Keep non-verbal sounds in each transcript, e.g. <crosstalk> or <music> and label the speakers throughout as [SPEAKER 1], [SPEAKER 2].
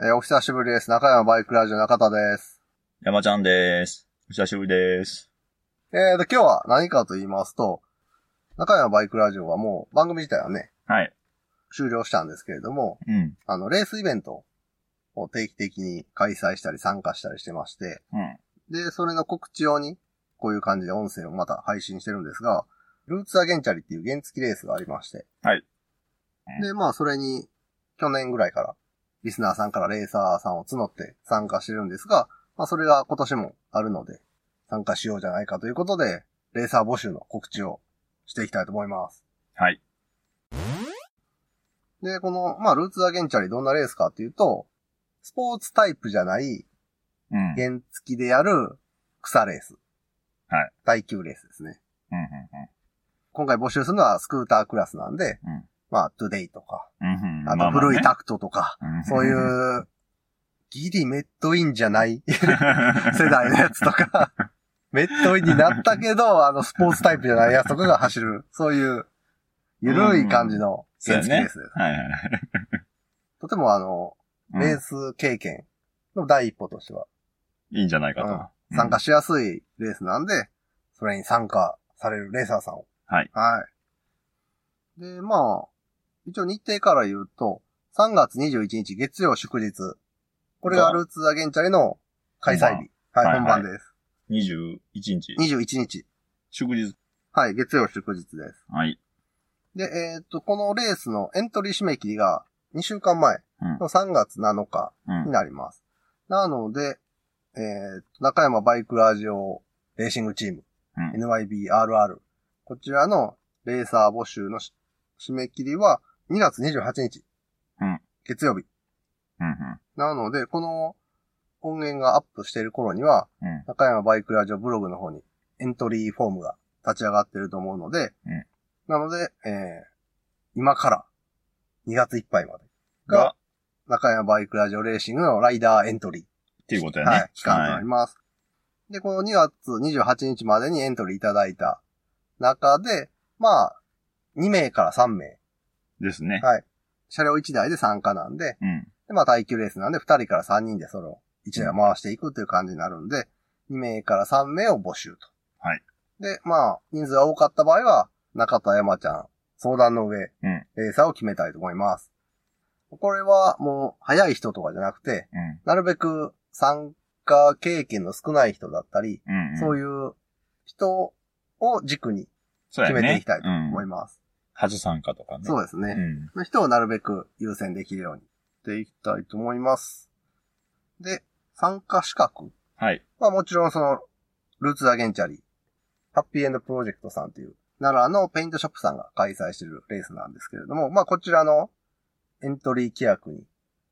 [SPEAKER 1] えーお久しぶりです。中山バイクラジオ中田です。
[SPEAKER 2] 山ちゃんです。お久しぶりです。
[SPEAKER 1] えーと、今日は何かと言いますと、中山バイクラジオはもう番組自体はね、
[SPEAKER 2] はい。
[SPEAKER 1] 終了したんですけれども、
[SPEAKER 2] うん。
[SPEAKER 1] あの、レースイベントを定期的に開催したり参加したりしてまして、
[SPEAKER 2] うん。
[SPEAKER 1] で、それの告知用に、こういう感じで音声をまた配信してるんですが、ルーツアゲンチャリっていう原付レースがありまして。
[SPEAKER 2] はい。
[SPEAKER 1] で、まあ、それに、去年ぐらいから、リスナーさんからレーサーさんを募って参加してるんですが、まあ、それが今年もあるので、参加しようじゃないかということで、レーサー募集の告知をしていきたいと思います。
[SPEAKER 2] はい。
[SPEAKER 1] で、この、まあ、ルーツアゲンチャリどんなレースかっていうと、スポーツタイプじゃない、
[SPEAKER 2] うん。うん。うん。
[SPEAKER 1] 原付でやる草レース。
[SPEAKER 2] はい。
[SPEAKER 1] 耐久レースですね。
[SPEAKER 2] うん
[SPEAKER 1] 今回募集するのはスクータークラスなんで、
[SPEAKER 2] うん
[SPEAKER 1] まあ、トゥデイとか、
[SPEAKER 2] うん。うん。
[SPEAKER 1] あと古い
[SPEAKER 2] た
[SPEAKER 1] タクトと
[SPEAKER 2] <laughs>
[SPEAKER 1] か、
[SPEAKER 2] そう
[SPEAKER 1] そう
[SPEAKER 2] いう
[SPEAKER 1] いう、ギリメットインじゃない <laughs> 世代のやつとか、 <laughs> メットインになったけど、あの、スポーツタイプじゃないやつとかが走る、そういう、ゆるい感じの原付です。
[SPEAKER 2] はいはいはい。
[SPEAKER 1] とてもあの、
[SPEAKER 2] うん
[SPEAKER 1] レース経験の第一歩としては、
[SPEAKER 2] いいんじゃないかと。
[SPEAKER 1] うん参加しやすいレースなんで、それに参加されるレーサーさんを。
[SPEAKER 2] はい。
[SPEAKER 1] はい。で、まあ、一応日程から言うと、3月21日月曜祝日。これがルーツアゲンチャリの開催日。はい、
[SPEAKER 2] はい
[SPEAKER 1] 本番です。
[SPEAKER 2] うん。21日。
[SPEAKER 1] 21日。
[SPEAKER 2] 祝日。
[SPEAKER 1] はい、月曜祝日です。
[SPEAKER 2] はい。
[SPEAKER 1] で、えーっと、このレースのエントリー締め切りが2週間前
[SPEAKER 2] うん。
[SPEAKER 1] の3月7日。
[SPEAKER 2] うん
[SPEAKER 1] に。なります。なので、えー、中山バイクラジオレーシングチーム、
[SPEAKER 2] うん
[SPEAKER 1] NYBRR、こちらのレーサー募集のし締め切りは2月28日、
[SPEAKER 2] うん
[SPEAKER 1] 月曜日。
[SPEAKER 2] うん。
[SPEAKER 1] なので、この音源がアップしている頃には、
[SPEAKER 2] うん
[SPEAKER 1] 中山バイクラジオブログの方にエントリーフォームが立ち上がっていると思うので、
[SPEAKER 2] うん
[SPEAKER 1] なので、えー、今から2月いっぱいまでが
[SPEAKER 2] が、
[SPEAKER 1] 中山バイクラジオレーシングのライダーエントリー。
[SPEAKER 2] っていうことやね。
[SPEAKER 1] はい、期間となります。で、この2月28日までにエントリーいただいた中で、まあ、2名から3名。
[SPEAKER 2] ですね。
[SPEAKER 1] はい。車両1台で参加なんで、
[SPEAKER 2] うん。
[SPEAKER 1] でまあ、耐久レースなんで2人から3人でそれを1台を回していくという感じになるんで、2名から3名を募集と。
[SPEAKER 2] はい。
[SPEAKER 1] で、まあ、人数が多かった場合は、中田山ちゃん、相談の上、
[SPEAKER 2] うん
[SPEAKER 1] レーサーを決めたいと思います。これはもう、早い人とかじゃなくて、
[SPEAKER 2] うん。
[SPEAKER 1] なるべく参加経験の少ない人だったり、
[SPEAKER 2] うん。
[SPEAKER 1] そう
[SPEAKER 2] う、
[SPEAKER 1] いう人を軸に決めていきたいと思い
[SPEAKER 2] ます。
[SPEAKER 1] ます。
[SPEAKER 2] 初参加とかね。
[SPEAKER 1] そうですね。
[SPEAKER 2] うん。
[SPEAKER 1] その人をなるべく優先できるようにしていきたいと思います。で、参加資格
[SPEAKER 2] はい。
[SPEAKER 1] はもちろんその、ルーツアゲンチャリー、ハッピーエンドプロジェクトさんという、奈良のペイントショップさんが開催しているレースなんですけれども、まあこちらのエントリー規約に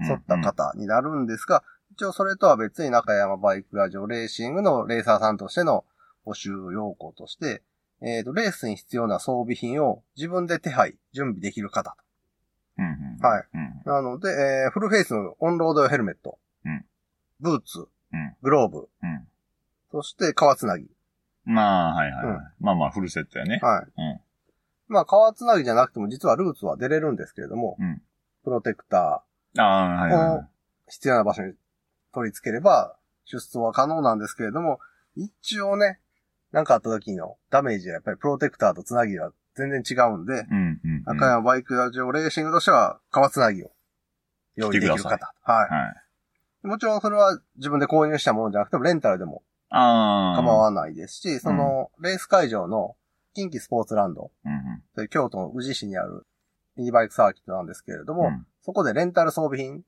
[SPEAKER 1] 沿った
[SPEAKER 2] うん。
[SPEAKER 1] 方になるんですが、一応それとは別に中山バイクラジオレーシングのレーサーさんとしての募集要項として、えっ、と、レースに必要な装備品を自分で手配、準備できる方
[SPEAKER 2] うん。。
[SPEAKER 1] と。はいい。
[SPEAKER 2] うん。
[SPEAKER 1] なので、えーフルフェイスのオンロード用ヘルメット、
[SPEAKER 2] うん
[SPEAKER 1] ブーツ、
[SPEAKER 2] うん
[SPEAKER 1] グローブ、
[SPEAKER 2] うん。
[SPEAKER 1] そして革つなぎ。
[SPEAKER 2] まあ、はいはいはい。
[SPEAKER 1] うん
[SPEAKER 2] まあまあ、フルセットやね。
[SPEAKER 1] はい。
[SPEAKER 2] うん
[SPEAKER 1] まあ、革つなぎじゃなくても実はルーツは出れるんですけれども、
[SPEAKER 2] うん
[SPEAKER 1] プロテクタ
[SPEAKER 2] ああ、はいはいはい。
[SPEAKER 1] ー、必要な場所に取り付ければ出走は可能なんですけれども、一応ね、なんかあった時のダメージはやっぱりプロテクターとつなぎは全然違うんで、
[SPEAKER 2] うんうんうん。
[SPEAKER 1] 中山バイクラジオレーシングとしては革つなぎを用意できる
[SPEAKER 2] 来てくだ
[SPEAKER 1] 方。は
[SPEAKER 2] はい。
[SPEAKER 1] い。もちろんそれは自分で購入したものじゃなくてもレンタルでも
[SPEAKER 2] ああ。
[SPEAKER 1] 構わないですし、そのレース会場の近畿スポーツランド、
[SPEAKER 2] うんうん。
[SPEAKER 1] という京都の宇治市にあるミニバイクサーキットなんですけれども、
[SPEAKER 2] うん
[SPEAKER 1] そこでレンタル装備品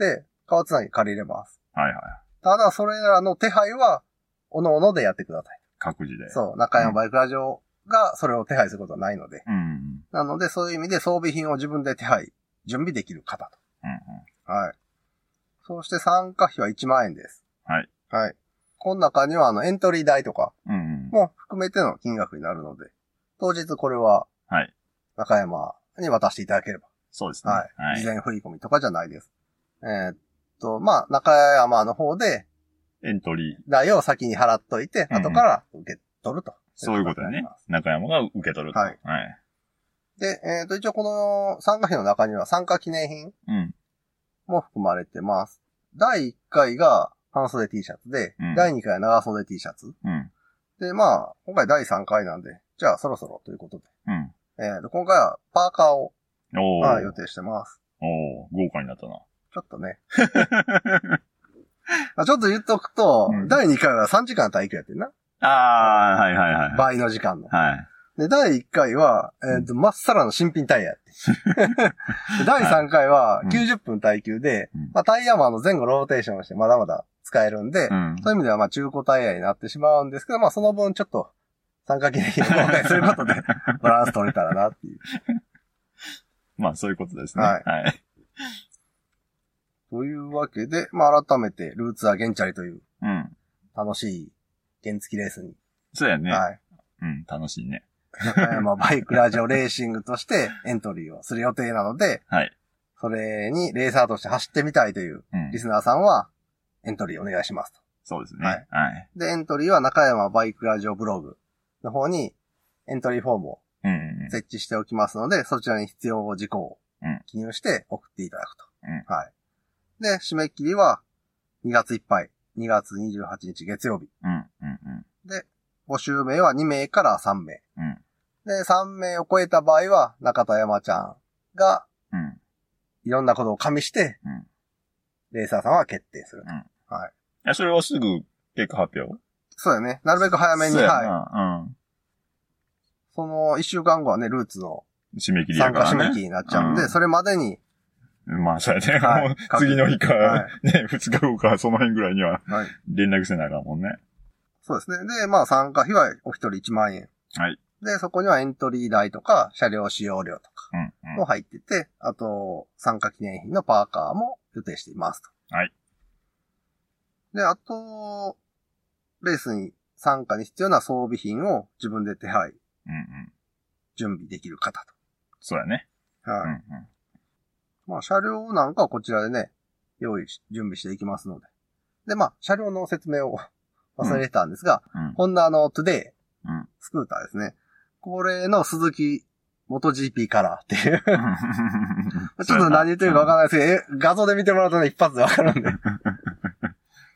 [SPEAKER 1] で革つなぎ借りれます。
[SPEAKER 2] はいはい。
[SPEAKER 1] ただ、それらの手配は、おのおのでやってください。
[SPEAKER 2] 各自で。う。
[SPEAKER 1] そう、中山バイクラジオがそれを手配することはないので。
[SPEAKER 2] うんうん。
[SPEAKER 1] なので、そういう意味で装備品を自分で手配、準備できる方
[SPEAKER 2] うんうん。
[SPEAKER 1] と。はい。そして参加費は1万円です。
[SPEAKER 2] はい。
[SPEAKER 1] はい。この中には、あの、エントリー代とか
[SPEAKER 2] うんうん。
[SPEAKER 1] も含めての金額になるので、当日これは
[SPEAKER 2] はい。
[SPEAKER 1] 中山に渡していただければ
[SPEAKER 2] そうですね。
[SPEAKER 1] はい。
[SPEAKER 2] はい
[SPEAKER 1] 事。前振り込みとかじゃないです。えーっと、まあ、中山の方で、
[SPEAKER 2] エントリー。
[SPEAKER 1] 代を先に払っといて、
[SPEAKER 2] うんうん
[SPEAKER 1] 後から受け取ると。
[SPEAKER 2] そういうことだ
[SPEAKER 1] にな
[SPEAKER 2] ね
[SPEAKER 1] りま。す
[SPEAKER 2] 中山が受け取ると。
[SPEAKER 1] はい。
[SPEAKER 2] はい。
[SPEAKER 1] で、えーっと、一応この参加費の中には参加記念品
[SPEAKER 2] うん。
[SPEAKER 1] も含まれてます。第1回が半袖 T シャツで、
[SPEAKER 2] うん
[SPEAKER 1] 第2回は長袖 T シャツ。
[SPEAKER 2] うん。
[SPEAKER 1] で、まあ、今回第3回なんで、じゃあそろそろということで。
[SPEAKER 2] うん。
[SPEAKER 1] えーと、今回はパーカーを、
[SPEAKER 2] お
[SPEAKER 1] はい、
[SPEAKER 2] ー
[SPEAKER 1] 予。定してます。
[SPEAKER 2] おー、豪華になったな。
[SPEAKER 1] ちょっとね。 <laughs> あちょっと言っとくと、
[SPEAKER 2] うん
[SPEAKER 1] 第2回は3時間体育やってんな。
[SPEAKER 2] あー、はいはいはい。
[SPEAKER 1] 倍の時間の。
[SPEAKER 2] はい。
[SPEAKER 1] で、第1回は、えっ、と、まっさらの新品タイヤやっ
[SPEAKER 2] <laughs>
[SPEAKER 1] て。で第3回は
[SPEAKER 2] うん
[SPEAKER 1] 90分耐久で、
[SPEAKER 2] うん
[SPEAKER 1] まあ、タイヤもあの前後ローテーションしてまだまだ使えるんで、
[SPEAKER 2] うん。
[SPEAKER 1] そういう意味ではまあ中古タイヤになってしまうんですけど、まあその分ちょっと参加記念品を公開することでバランス取れたらなっていう。
[SPEAKER 2] <laughs> まあ、そういうことですね。
[SPEAKER 1] は
[SPEAKER 2] はいい。はい。
[SPEAKER 1] というわけで、まあ改めてルーツはゲンチャリという
[SPEAKER 2] うん。
[SPEAKER 1] 楽しい原付きレースに、
[SPEAKER 2] そうやね。
[SPEAKER 1] はい。
[SPEAKER 2] うん、楽しいね。
[SPEAKER 1] 中山バイクラジオレーシングとしてエントリーをする予定なので、
[SPEAKER 2] はい。
[SPEAKER 1] それにレーサーとして走ってみたいという
[SPEAKER 2] うん
[SPEAKER 1] リ。スナーさんはエントリーお願いしますと。
[SPEAKER 2] そうですね。
[SPEAKER 1] は
[SPEAKER 2] はいい。
[SPEAKER 1] で、エントリーは中山バイクラジオブログの方にエントリーフォームを
[SPEAKER 2] うんうん
[SPEAKER 1] 設置しておきますので、そちらに必要事項を
[SPEAKER 2] うん
[SPEAKER 1] 記入して送っていただくと。
[SPEAKER 2] う
[SPEAKER 1] はい。で、締め切りは2月いっぱい、2月28日月曜日。
[SPEAKER 2] うん。うんうん
[SPEAKER 1] 募集名は2名から3名。
[SPEAKER 2] うん
[SPEAKER 1] で、3名を超えた場合は中田山ちゃんが
[SPEAKER 2] うん。うん。
[SPEAKER 1] いろんなことを加味して、
[SPEAKER 2] うん
[SPEAKER 1] レーサーさんは決定する。
[SPEAKER 2] いや、それはすぐ結果発表
[SPEAKER 1] そうだね。なるべく早めに、
[SPEAKER 2] そうやな
[SPEAKER 1] はい。その1週間後はね、ルーツの
[SPEAKER 2] うん。締め切りや
[SPEAKER 1] 参
[SPEAKER 2] か
[SPEAKER 1] 加
[SPEAKER 2] ら
[SPEAKER 1] 締
[SPEAKER 2] ね。
[SPEAKER 1] め切りになっちゃうんで、
[SPEAKER 2] うん
[SPEAKER 1] それまでに、
[SPEAKER 2] まあ、そうやね。
[SPEAKER 1] はい
[SPEAKER 2] もう <laughs> 次の日か、
[SPEAKER 1] は
[SPEAKER 2] ね、二日後か、その辺ぐらいには <laughs>
[SPEAKER 1] はい、
[SPEAKER 2] 連絡せなあかんもんね。
[SPEAKER 1] そうですね。で、まあ参加費はお一人1万円。
[SPEAKER 2] はい。
[SPEAKER 1] で、そこにはエントリー代とか、車両使用料とか
[SPEAKER 2] うん、うん。
[SPEAKER 1] も入ってて、あと、参加記念品のパーカーも予定していますと。
[SPEAKER 2] はい。
[SPEAKER 1] で、あと、レースに参加に必要な装備品を自分で手配、
[SPEAKER 2] うんうん。
[SPEAKER 1] 準備できる方
[SPEAKER 2] そうやね。
[SPEAKER 1] と。
[SPEAKER 2] う
[SPEAKER 1] はい。
[SPEAKER 2] んうん。
[SPEAKER 1] まあ、車両なんかはこちらでね、用意し、準備していきますので。で、まあ、車両の説明を <laughs> 忘れてたんですが、
[SPEAKER 2] うん <laughs>
[SPEAKER 1] ホンダのトゥデイ、
[SPEAKER 2] うん
[SPEAKER 1] スクーターですね。これの鈴木元 GP カラーって
[SPEAKER 2] <laughs>
[SPEAKER 1] いう。
[SPEAKER 2] ち
[SPEAKER 1] ちょっと何言ってるかわかんないですけど、え画像で見てもらうとね、一発でわかるんで。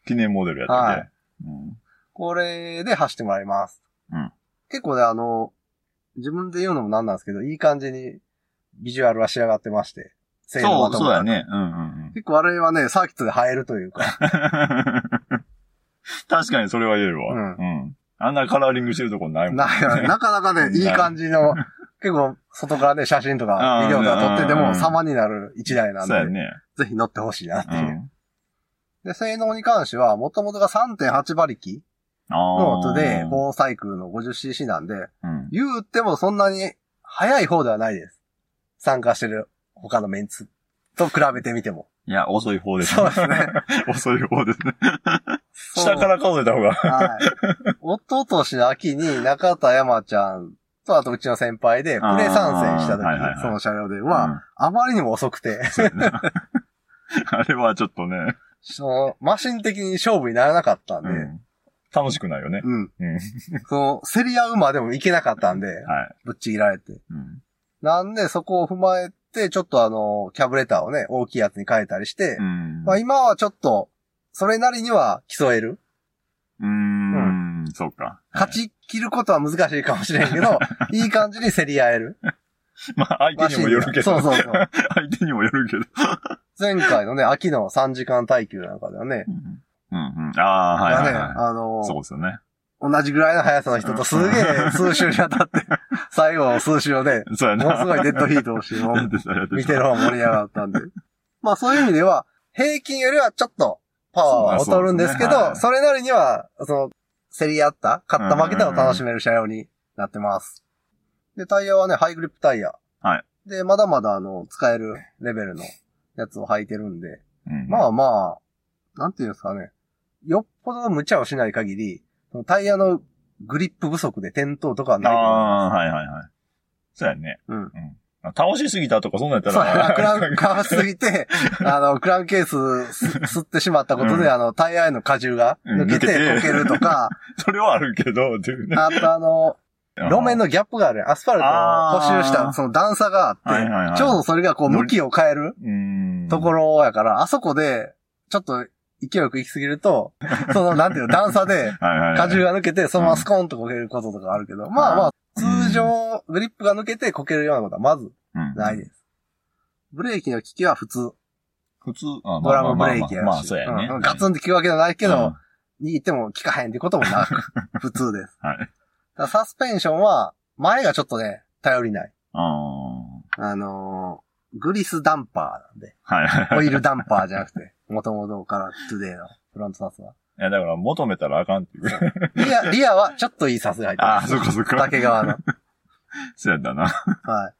[SPEAKER 2] 記念モデルや
[SPEAKER 1] は
[SPEAKER 2] っ
[SPEAKER 1] い
[SPEAKER 2] てて。うん
[SPEAKER 1] これで走ってもらいます。
[SPEAKER 2] うん
[SPEAKER 1] 結構ね、あの、自分で言うのもなんなんですけど、いい感じにビジュアルは仕上がってまして。性能
[SPEAKER 2] そ
[SPEAKER 1] は
[SPEAKER 2] う、
[SPEAKER 1] と
[SPEAKER 2] そ
[SPEAKER 1] も
[SPEAKER 2] う
[SPEAKER 1] かく
[SPEAKER 2] や。ね。うんうん <laughs> うん。
[SPEAKER 1] 結構あれはね、サーキットで映えるというか。
[SPEAKER 2] 確かにそれは言えるわ。
[SPEAKER 1] う
[SPEAKER 2] うんん。あんなカラーリングしてるとこないもん。 <laughs>
[SPEAKER 1] ななかなかね、いい感じの、結構外からね、写真とかビデオとか撮ってて
[SPEAKER 2] うんうん
[SPEAKER 1] も
[SPEAKER 2] うん
[SPEAKER 1] 様になる一台なん
[SPEAKER 2] そうや
[SPEAKER 1] で、
[SPEAKER 2] ね。
[SPEAKER 1] ぜひ乗ってほしいなって
[SPEAKER 2] う
[SPEAKER 1] いう。
[SPEAKER 2] ん。
[SPEAKER 1] で、性能に関しては、もともとが3.8馬力の
[SPEAKER 2] あ
[SPEAKER 1] 音
[SPEAKER 2] あ。
[SPEAKER 1] で、4サイクルの 50cc なんで、
[SPEAKER 2] うん。
[SPEAKER 1] 言うてもそんなに速い方ではないです。参加してる他のメンツと比べてみても。
[SPEAKER 2] いや、遅い方です
[SPEAKER 1] そうですね。
[SPEAKER 2] <laughs> 遅い方ですね。下から数えた方が。
[SPEAKER 1] はい。おととしの秋に中田山ちゃんと、あとうちの先輩で、プレ参戦した時、
[SPEAKER 2] あーはいはいはい
[SPEAKER 1] その車両では、
[SPEAKER 2] うん
[SPEAKER 1] あまりにも遅くて、
[SPEAKER 2] そうやね <laughs> あれはちょっとね。
[SPEAKER 1] その、マシン的に勝負にならなかったんで、
[SPEAKER 2] う
[SPEAKER 1] うん
[SPEAKER 2] 楽しくないよね。
[SPEAKER 1] ん。
[SPEAKER 2] うん。
[SPEAKER 1] その、競り合うまでもいけなかったんで、
[SPEAKER 2] はい。
[SPEAKER 1] ぶっちぎられて。
[SPEAKER 2] うん。
[SPEAKER 1] なんで、そこを踏まえて、ちょっとあの、キャブレターをね、大きいやつに変えたりして、
[SPEAKER 2] うん。
[SPEAKER 1] まあ今はちょっと、それなりには競える。
[SPEAKER 2] うーん。そうか。
[SPEAKER 1] 勝ち切ることは難しいかもしれんけ
[SPEAKER 2] <laughs>
[SPEAKER 1] ど、いい感じに競り合える。
[SPEAKER 2] まあ、相手にもよるけど。
[SPEAKER 1] マシンがそうそうそう。
[SPEAKER 2] <laughs> 相手にもよるけど。
[SPEAKER 1] 前回のね、秋の3時間耐久なんかではね、
[SPEAKER 2] うんうん。ああ、はいはい
[SPEAKER 1] まあね
[SPEAKER 2] は
[SPEAKER 1] あの
[SPEAKER 2] い。そうですよね。
[SPEAKER 1] 同じぐらいの速さの人とすげえ数周に当たって、最後の数周をね、
[SPEAKER 2] そうや
[SPEAKER 1] も
[SPEAKER 2] な。
[SPEAKER 1] のすご
[SPEAKER 2] <laughs>
[SPEAKER 1] いデッドヒートをして、も
[SPEAKER 2] やっ
[SPEAKER 1] う
[SPEAKER 2] てた、やってた。
[SPEAKER 1] 見てる方盛り上がったんで。まあそういう意味では、平均よりはちょっとパワーは劣るんですけど、そ
[SPEAKER 2] そうです
[SPEAKER 1] れなりには、その、競り合った、勝った負けたを楽しめる車両になってます。で、タイヤはね、ハイグリップタイヤ。
[SPEAKER 2] はい
[SPEAKER 1] で、まだまだあの、使えるレベルのやつを履いてるんで、
[SPEAKER 2] うん。
[SPEAKER 1] まあまあ、なんていうんですかね。よっぽど無茶をしない限り、そのタイヤのグリップ不足で転倒とかはないと思います
[SPEAKER 2] ああ、はいはいはい。そうやね。
[SPEAKER 1] うん
[SPEAKER 2] 倒しすぎたとか、そんなんやった
[SPEAKER 1] そうやな、
[SPEAKER 2] ら。
[SPEAKER 1] クランカーすぎて、 <laughs> あの、クランケースす
[SPEAKER 2] <laughs>
[SPEAKER 1] 吸ってしまったことで、
[SPEAKER 2] うん
[SPEAKER 1] あの、タイヤへの荷重が
[SPEAKER 2] うん
[SPEAKER 1] 抜けて
[SPEAKER 2] 抜けて
[SPEAKER 1] こけるとか、
[SPEAKER 2] <laughs> <laughs> それはあるけど、っていうね。
[SPEAKER 1] あとあの、路面のギャップがあるやんアスファルトを補修し
[SPEAKER 2] あ
[SPEAKER 1] た
[SPEAKER 2] ー
[SPEAKER 1] その段差があって、
[SPEAKER 2] はいはいはい
[SPEAKER 1] ちょうどそれがこう向きを変える。
[SPEAKER 2] うん。
[SPEAKER 1] ところやから、あそこで、ちょっと勢いよく行き過ぎる
[SPEAKER 2] <laughs>
[SPEAKER 1] と、その、なんていうの、段差で、
[SPEAKER 2] はいはいはい。
[SPEAKER 1] 荷重が抜けて、そのままスコーンとこけることとかあるけど、まあまあ、通常、グリップが抜けてこけるようなことはまず
[SPEAKER 2] うん
[SPEAKER 1] ないです。ブレーキの利きは普通。
[SPEAKER 2] 普通、あ
[SPEAKER 1] ドラムブレーキやし。
[SPEAKER 2] まあまあまあまあ、そうやね。
[SPEAKER 1] んガツンって効くわけじゃないけ
[SPEAKER 2] うん
[SPEAKER 1] ど、に行っても効かへんってこともなく、
[SPEAKER 2] <laughs>
[SPEAKER 1] 普通です。
[SPEAKER 2] はい。
[SPEAKER 1] だからサスペンションは、前がちょっとね、頼りない。
[SPEAKER 2] ああ。
[SPEAKER 1] あのーグリスダンパーなんで、
[SPEAKER 2] はいはい。
[SPEAKER 1] オイルダンパーじゃなく
[SPEAKER 2] <laughs>
[SPEAKER 1] て、元々からトゥデイのフロントサスは。
[SPEAKER 2] いや、だから求めたらあかんっていう。
[SPEAKER 1] リア、リアはちょっといいサスが入って
[SPEAKER 2] あ
[SPEAKER 1] ま
[SPEAKER 2] あ、
[SPEAKER 1] す。
[SPEAKER 2] そっかそっか。
[SPEAKER 1] 竹側の。
[SPEAKER 2] そうやったな。
[SPEAKER 1] はい。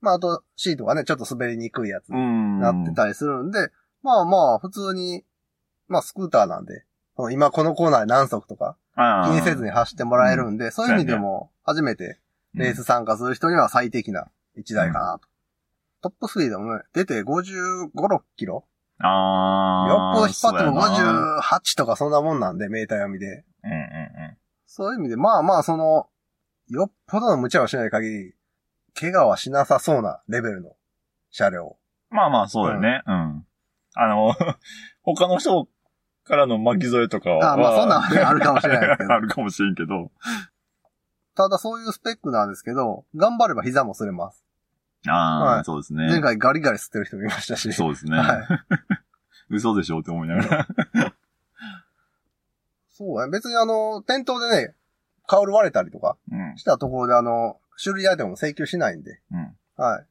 [SPEAKER 1] まあ、あと、シートがね、ちょっと滑りにくいやつに
[SPEAKER 2] ん
[SPEAKER 1] なってたりするんで、まあまあ、普通に、まあ、スクーターなんで、その今このコーナーに何足とか気
[SPEAKER 2] 気
[SPEAKER 1] にせずに走ってもらえるんで、そういう意味でも、初めてレース参加する人には最適な1台かなと。トップスピードもね、出て55、6キロ
[SPEAKER 2] あ
[SPEAKER 1] よっ
[SPEAKER 2] あ。
[SPEAKER 1] ぽど引っ張っても
[SPEAKER 2] そうやな。
[SPEAKER 1] 58とかそんなもんなんで、メーター読みで。
[SPEAKER 2] うんうん
[SPEAKER 1] そういう意味で、まあまあ、その、よっぽどの無茶をしない限り、怪我はしなさそうなレベルの車両。
[SPEAKER 2] うん。まあまあ、そうだよね。うん。あの、 <laughs> 他の人からの巻き添えとかは。
[SPEAKER 1] あまあそんなんはねあるかもしれないですけ
[SPEAKER 2] <laughs>
[SPEAKER 1] ど
[SPEAKER 2] あるかもしれんけど。
[SPEAKER 1] ただそういうスペックなんですけど、頑張れば膝も擦れます。
[SPEAKER 2] あ
[SPEAKER 1] は
[SPEAKER 2] あ、
[SPEAKER 1] い
[SPEAKER 2] そうです
[SPEAKER 1] 前
[SPEAKER 2] ね。
[SPEAKER 1] 回ガリガリ吸ってる人もいましたし。
[SPEAKER 2] そうですね。
[SPEAKER 1] はい。
[SPEAKER 2] 嘘でしょって思いながら。
[SPEAKER 1] そうね。別にあの、店頭でね、カウル割れたりとか
[SPEAKER 2] うん。
[SPEAKER 1] したところであの、種類アイテムも請求しないんで。
[SPEAKER 2] うん。
[SPEAKER 1] はい。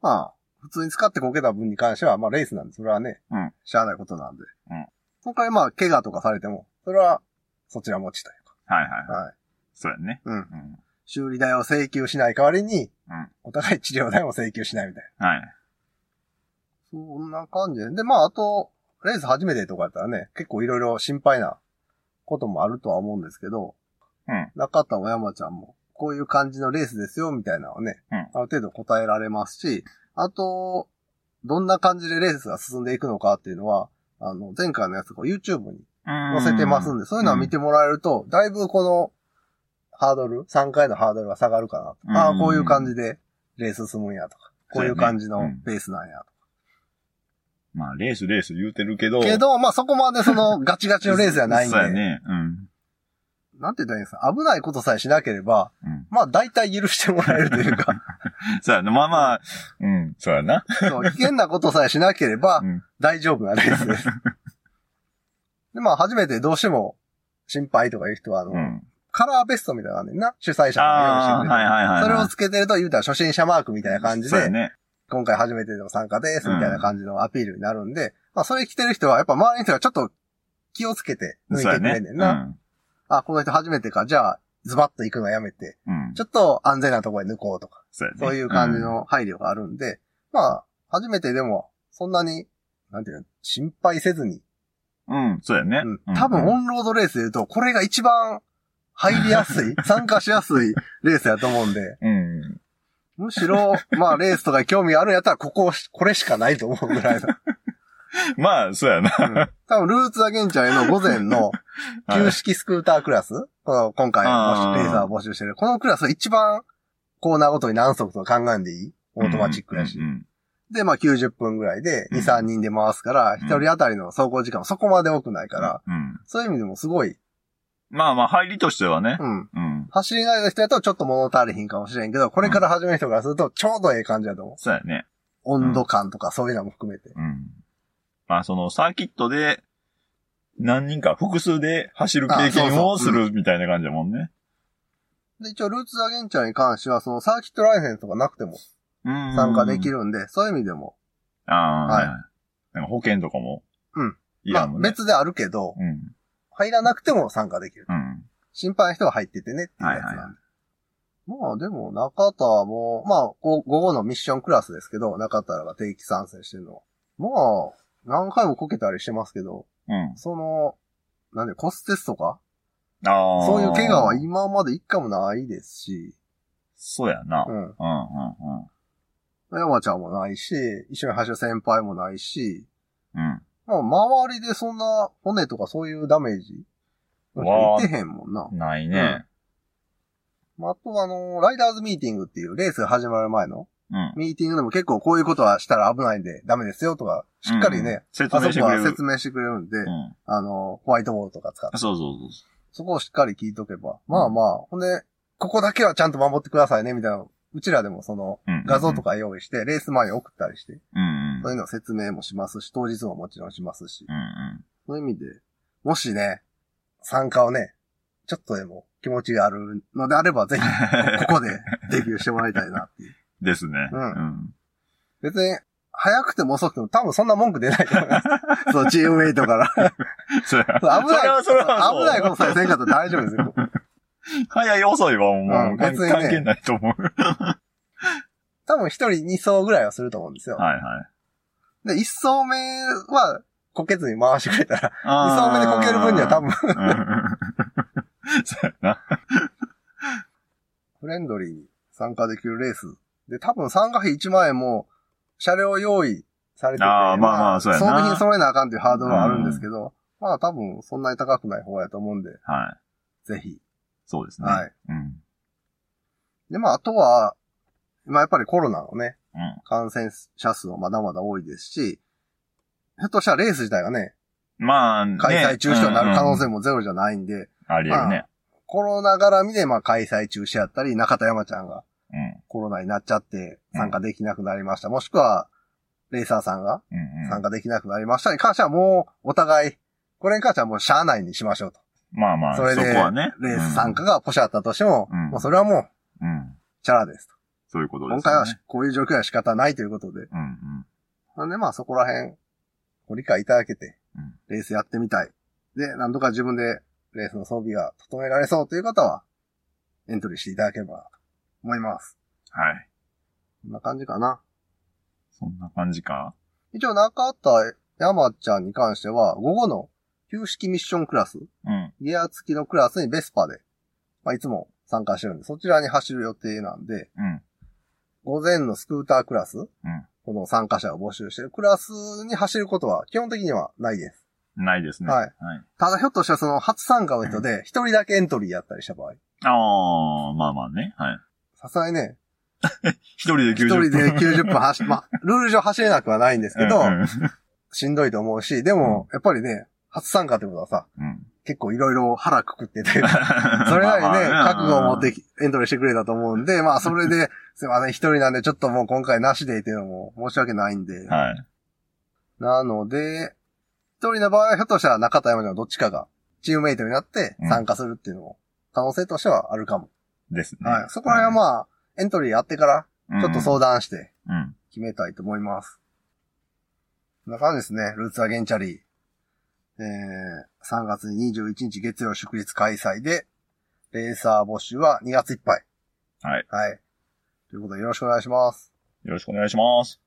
[SPEAKER 1] まあ、普通に使ってこけた分に関しては、まあレースなんで、それはね、
[SPEAKER 2] うん
[SPEAKER 1] しゃあないことなんで。
[SPEAKER 2] うん
[SPEAKER 1] 今回まあ、怪我とかされても、それは、そちら持ちとい
[SPEAKER 2] はいはいうはい。
[SPEAKER 1] か。はい。
[SPEAKER 2] そうやね。
[SPEAKER 1] うん。
[SPEAKER 2] うん。
[SPEAKER 1] 修理代を請求しない代わりに、
[SPEAKER 2] うん
[SPEAKER 1] お互い治療代も請求しないみたいな。
[SPEAKER 2] はい。
[SPEAKER 1] そんな感じで。で、まあ、あと、レース初めてとかやったらね、結構いろいろ心配なこともあるとは思うんですけど、
[SPEAKER 2] うん。
[SPEAKER 1] 中田も山ちゃんも、こういう感じのレースですよ、みたいなのをね、
[SPEAKER 2] うん
[SPEAKER 1] ある程度答えられますし、あと、どんな感じでレースが進んでいくのかっていうのは、あの、前回のやつを YouTube に載せてますんで、そういうのは見てもらえると、だいぶこの、ハードル、3回のハードルが下がるか
[SPEAKER 2] うん
[SPEAKER 1] なと。ああ、こういう感じでレース進むんやとか、こういう感じ
[SPEAKER 2] そうや
[SPEAKER 1] の
[SPEAKER 2] ねうん
[SPEAKER 1] ペースなんやとか
[SPEAKER 2] まあ、レースレース言うてるけど。
[SPEAKER 1] け、ど、まあそこまでそ
[SPEAKER 2] <laughs>
[SPEAKER 1] のガチガチのレースじゃないんで、
[SPEAKER 2] そうやね。うん。
[SPEAKER 1] なんて言ったらいいんですか、危ないことさえしなければ、
[SPEAKER 2] うん。
[SPEAKER 1] まあ大体許してもらえるというか、
[SPEAKER 2] そうやな。まあまあ、うん。そうやな。
[SPEAKER 1] そう危険なことさえしなければ
[SPEAKER 2] うん。
[SPEAKER 1] 大丈夫なレース
[SPEAKER 2] <laughs>
[SPEAKER 1] です。で、まあ初めてどうしても心配とかいう人は、あの、
[SPEAKER 2] うん。
[SPEAKER 1] カラーベストみたいなのあんねんな、主催者
[SPEAKER 2] あ
[SPEAKER 1] が用意してく
[SPEAKER 2] あ、
[SPEAKER 1] れて
[SPEAKER 2] はいはいはい。
[SPEAKER 1] それをつけてると、言うたら初心者マークみたいな感じ
[SPEAKER 2] そうや
[SPEAKER 1] で、
[SPEAKER 2] ね。
[SPEAKER 1] 今回初めての参加です、みたいな感じのアピールになるんで、まあそれ着てる人は、やっぱ周りの人がちょっと気をつけて抜い
[SPEAKER 2] そう
[SPEAKER 1] て
[SPEAKER 2] や
[SPEAKER 1] くれ
[SPEAKER 2] ね。
[SPEAKER 1] んねんな。あ、この人初めてか。じゃあ、ズバッと行くのやめて、
[SPEAKER 2] うん。うん
[SPEAKER 1] ち。ょっと安全なところに抜こうとか、
[SPEAKER 2] そうやね
[SPEAKER 1] そういう感じ。の配慮があるんで、まあ、初めてでも、そんなに、なんていうの、心配せずに、
[SPEAKER 2] うん、うんそうやね
[SPEAKER 1] うん。
[SPEAKER 2] うん
[SPEAKER 1] 多分オンロードレースで言うと、これが一番入りやす <laughs> い、参加しやすいレースやと思うんで、
[SPEAKER 2] うん。
[SPEAKER 1] むしろ、まあ、レースとかに興味あるんやったら、ここ、これしかないと思うぐらいの。
[SPEAKER 2] まあ、そうやな。
[SPEAKER 1] うん多分、ルーツアゲンチャーへの午前 <laughs> の、
[SPEAKER 2] はい
[SPEAKER 1] 旧式スクータークラス、この今回
[SPEAKER 2] あー
[SPEAKER 1] レーザーを募集してる。このクラスは一番コーナーごとに何足とか考えんでいいオートマチックやし
[SPEAKER 2] うん。うん
[SPEAKER 1] で、まあ90分ぐらいで
[SPEAKER 2] うん
[SPEAKER 1] 2、3人で回すから、
[SPEAKER 2] うん
[SPEAKER 1] 1人当たりの走行時間もそこまで多くないから、
[SPEAKER 2] うん。
[SPEAKER 1] そういう意味でもすごい、
[SPEAKER 2] まあまあ、入りとしてはね
[SPEAKER 1] う。ん。
[SPEAKER 2] うん。
[SPEAKER 1] 走り慣れた人やとちょっと物足りひんかもしれんけど、これから始める人からするとちょうどええ感じだと思う。
[SPEAKER 2] そうやね。
[SPEAKER 1] 温度感とかそういうのも含めて。
[SPEAKER 2] うん。まあ、その、サーキットで、何人か複数で走る経
[SPEAKER 1] あそう
[SPEAKER 2] 験
[SPEAKER 1] そう
[SPEAKER 2] をするみたいな感じだもんね。
[SPEAKER 1] で、一応ルーツアゲンチャーに関しては、そのサーキットライセンスとかなくても
[SPEAKER 2] うん
[SPEAKER 1] 参加でき。るんで、そういう意味でも、
[SPEAKER 2] ああ、は
[SPEAKER 1] はいい。
[SPEAKER 2] なんか保険とかも。
[SPEAKER 1] うん。
[SPEAKER 2] い
[SPEAKER 1] ま
[SPEAKER 2] や
[SPEAKER 1] あ
[SPEAKER 2] もんね。
[SPEAKER 1] 別であるけど、
[SPEAKER 2] うん。
[SPEAKER 1] 入らなくても参加できる。
[SPEAKER 2] うん。
[SPEAKER 1] 心配な人は入っててねっていうやつなんで。
[SPEAKER 2] はいはい
[SPEAKER 1] まあでも中田も、まあご午後のミッションクラスですけど、中田が定期参戦してるのは。まあ、何回もこけたりしてますけど、
[SPEAKER 2] うん。
[SPEAKER 1] その、なんで骨折とか、
[SPEAKER 2] ああ。
[SPEAKER 1] そういう怪我は今まで一回もないですし、
[SPEAKER 2] そうやな。う、
[SPEAKER 1] うん。
[SPEAKER 2] うんん、うん。
[SPEAKER 1] 山ちゃんもないし、一緒に走る先輩もないし、
[SPEAKER 2] うん。
[SPEAKER 1] まあ周りでそんな骨とかそういうダメージ、言ってへんもんな。
[SPEAKER 2] ないね。
[SPEAKER 1] まあ、あとあの、ライダーズミーティングっていうレースが始まる前の
[SPEAKER 2] うん。
[SPEAKER 1] ミーティングでも結構こういうことはしたら危ないんでダメですよとか、しっかり
[SPEAKER 2] うんうん
[SPEAKER 1] ね、
[SPEAKER 2] 説
[SPEAKER 1] あ
[SPEAKER 2] 明
[SPEAKER 1] そ
[SPEAKER 2] して
[SPEAKER 1] こ
[SPEAKER 2] くれ
[SPEAKER 1] は
[SPEAKER 2] る。
[SPEAKER 1] 説明してくれるんで、
[SPEAKER 2] うん。
[SPEAKER 1] あの、ホワイトボードとか使って、
[SPEAKER 2] そうそうそうそ
[SPEAKER 1] そこをしっかり聞いとけば、まあまあ、ほんで、ここだけはちゃんと守ってくださいね、みたいな。うちらでもその、
[SPEAKER 2] う。うん。
[SPEAKER 1] 画像と。か用意して、レース前に送ったりして、
[SPEAKER 2] うんうん。う
[SPEAKER 1] そうい
[SPEAKER 2] ん
[SPEAKER 1] うの説明もしますし、当日ももちろんしますし、
[SPEAKER 2] うん。
[SPEAKER 1] そういう意味で、もしね、参加をね、ちょっとでも気持ちがあるのであれば、ぜひ、ここでデビューしてもらいたいなっていう。
[SPEAKER 2] ですね。
[SPEAKER 1] う
[SPEAKER 2] うんん。
[SPEAKER 1] 別に、早くても遅くても多分そんな文句出ないと思い
[SPEAKER 2] <laughs>
[SPEAKER 1] ます。そう、チームメイトから。
[SPEAKER 2] それ
[SPEAKER 1] 危ない、
[SPEAKER 2] それは、それはそう、
[SPEAKER 1] 危ないことさえせんかったら大丈夫ですよ。
[SPEAKER 2] 早い遅いはもう、
[SPEAKER 1] うん
[SPEAKER 2] 関
[SPEAKER 1] 別にね
[SPEAKER 2] 関係ないと思う。
[SPEAKER 1] 多分一人2層ぐらいはすると思うんですよ。
[SPEAKER 2] はいはい。
[SPEAKER 1] で、1層目は、こけずに回してくれたら、2層
[SPEAKER 2] あ
[SPEAKER 1] 目でこける分には多
[SPEAKER 2] 分。
[SPEAKER 1] 分、
[SPEAKER 2] うんそうやな。
[SPEAKER 1] フレンドリーに参加できるレース。で、多分参加費1万円も、車両用意されてて、
[SPEAKER 2] あーまあまあそうやな
[SPEAKER 1] 装備品揃えなあかんっていうハードルはあるんですけど、まあ多分そんなに高くない方やと思うんで、
[SPEAKER 2] はい。
[SPEAKER 1] ぜひ。
[SPEAKER 2] そうですね。
[SPEAKER 1] はい。
[SPEAKER 2] うん。
[SPEAKER 1] で、まああとは、まあやっぱりコロナのね、
[SPEAKER 2] うん。
[SPEAKER 1] 感染者数もまだまだ多いですし、ひょっとしたらレース自体がね、
[SPEAKER 2] まあ、ね
[SPEAKER 1] 開催中止になる可能性
[SPEAKER 2] うんうん
[SPEAKER 1] もゼロじゃないんで、
[SPEAKER 2] あり得るね。
[SPEAKER 1] コロナ絡みでまあ開催中止やったり、中田山ちゃんが
[SPEAKER 2] うん
[SPEAKER 1] コロナになっちゃって参加できなくなりました。もしくは、レーサーさんが
[SPEAKER 2] うんうん
[SPEAKER 1] 参。加できなくなりましたに関してはもうお互い、これに関してはもうしゃあないにしましょうと。
[SPEAKER 2] まあまあ、そ
[SPEAKER 1] それで
[SPEAKER 2] こはね。
[SPEAKER 1] レース参加
[SPEAKER 2] うん
[SPEAKER 1] がポシャったとしても、
[SPEAKER 2] うん
[SPEAKER 1] もうそれはもう、
[SPEAKER 2] うん。
[SPEAKER 1] チャラですと。
[SPEAKER 2] そういうことですよ
[SPEAKER 1] 今
[SPEAKER 2] ね。
[SPEAKER 1] 回はこういう状況は仕方ないということで。
[SPEAKER 2] うんうん。
[SPEAKER 1] なんでまあそこら辺、ご理解いただけて
[SPEAKER 2] うん、
[SPEAKER 1] レースやってみたい。で、何度か自分でレースの装備が整えられそうという方は、エントリーしていただければと思います。
[SPEAKER 2] はい。
[SPEAKER 1] こんな感じかな。
[SPEAKER 2] そんな感じか。
[SPEAKER 1] 一応中田山ちゃんに関しては、午後の旧式ミッションクラス、
[SPEAKER 2] うん。
[SPEAKER 1] ギア付きのクラスにベスパで、まあ、いつも参加してるんで、そちらに走る予定なんで、
[SPEAKER 2] うん。
[SPEAKER 1] 午前のスクータークラス、
[SPEAKER 2] うん
[SPEAKER 1] この参加者を募集してるクラスに走ることは基本的にはないです。
[SPEAKER 2] ないですね。
[SPEAKER 1] はい
[SPEAKER 2] はい。
[SPEAKER 1] ただひょっとしたらその初参加の人で、一人だけエントリーやったりした場合、
[SPEAKER 2] ああ、まあまあね。はい。
[SPEAKER 1] さすがにね、
[SPEAKER 2] 一人で90
[SPEAKER 1] 一人
[SPEAKER 2] 分。
[SPEAKER 1] で90分
[SPEAKER 2] <laughs>
[SPEAKER 1] 走、まあ、ルール上走れなくはないんですけど
[SPEAKER 2] う、ん
[SPEAKER 1] しんどいと思うし、でも、やっぱりね、初参加ってことはさ、
[SPEAKER 2] うん。
[SPEAKER 1] 結構いろいろ腹くくって
[SPEAKER 2] <laughs>
[SPEAKER 1] というか、 <laughs> それなりにね、覚悟を持ってきエントリーしてくれたと思うんで、まあそれで、すいません、一人なんでちょっともう今回なしでっていうのも申し訳ないんで。
[SPEAKER 2] はい。
[SPEAKER 1] なので、一人の場合はひょっとしたら中田山ちゃんのどっちかがチームメイトになって参加するっていうのも可能性としてはあるかも。
[SPEAKER 2] ですね。
[SPEAKER 1] はい。そこら辺はまあ、エントリーやってから、
[SPEAKER 2] ま
[SPEAKER 1] ちょっと相談して
[SPEAKER 2] うん。うん。
[SPEAKER 1] 決めたいと思います。こんな感じですね。ルーツアゲンチャリー。えー、3月21日月曜祝日開催で、レーサー募集は2月いっぱい。
[SPEAKER 2] はい。
[SPEAKER 1] はい。ということでよろしくお願いします。
[SPEAKER 2] よろしくお願いします。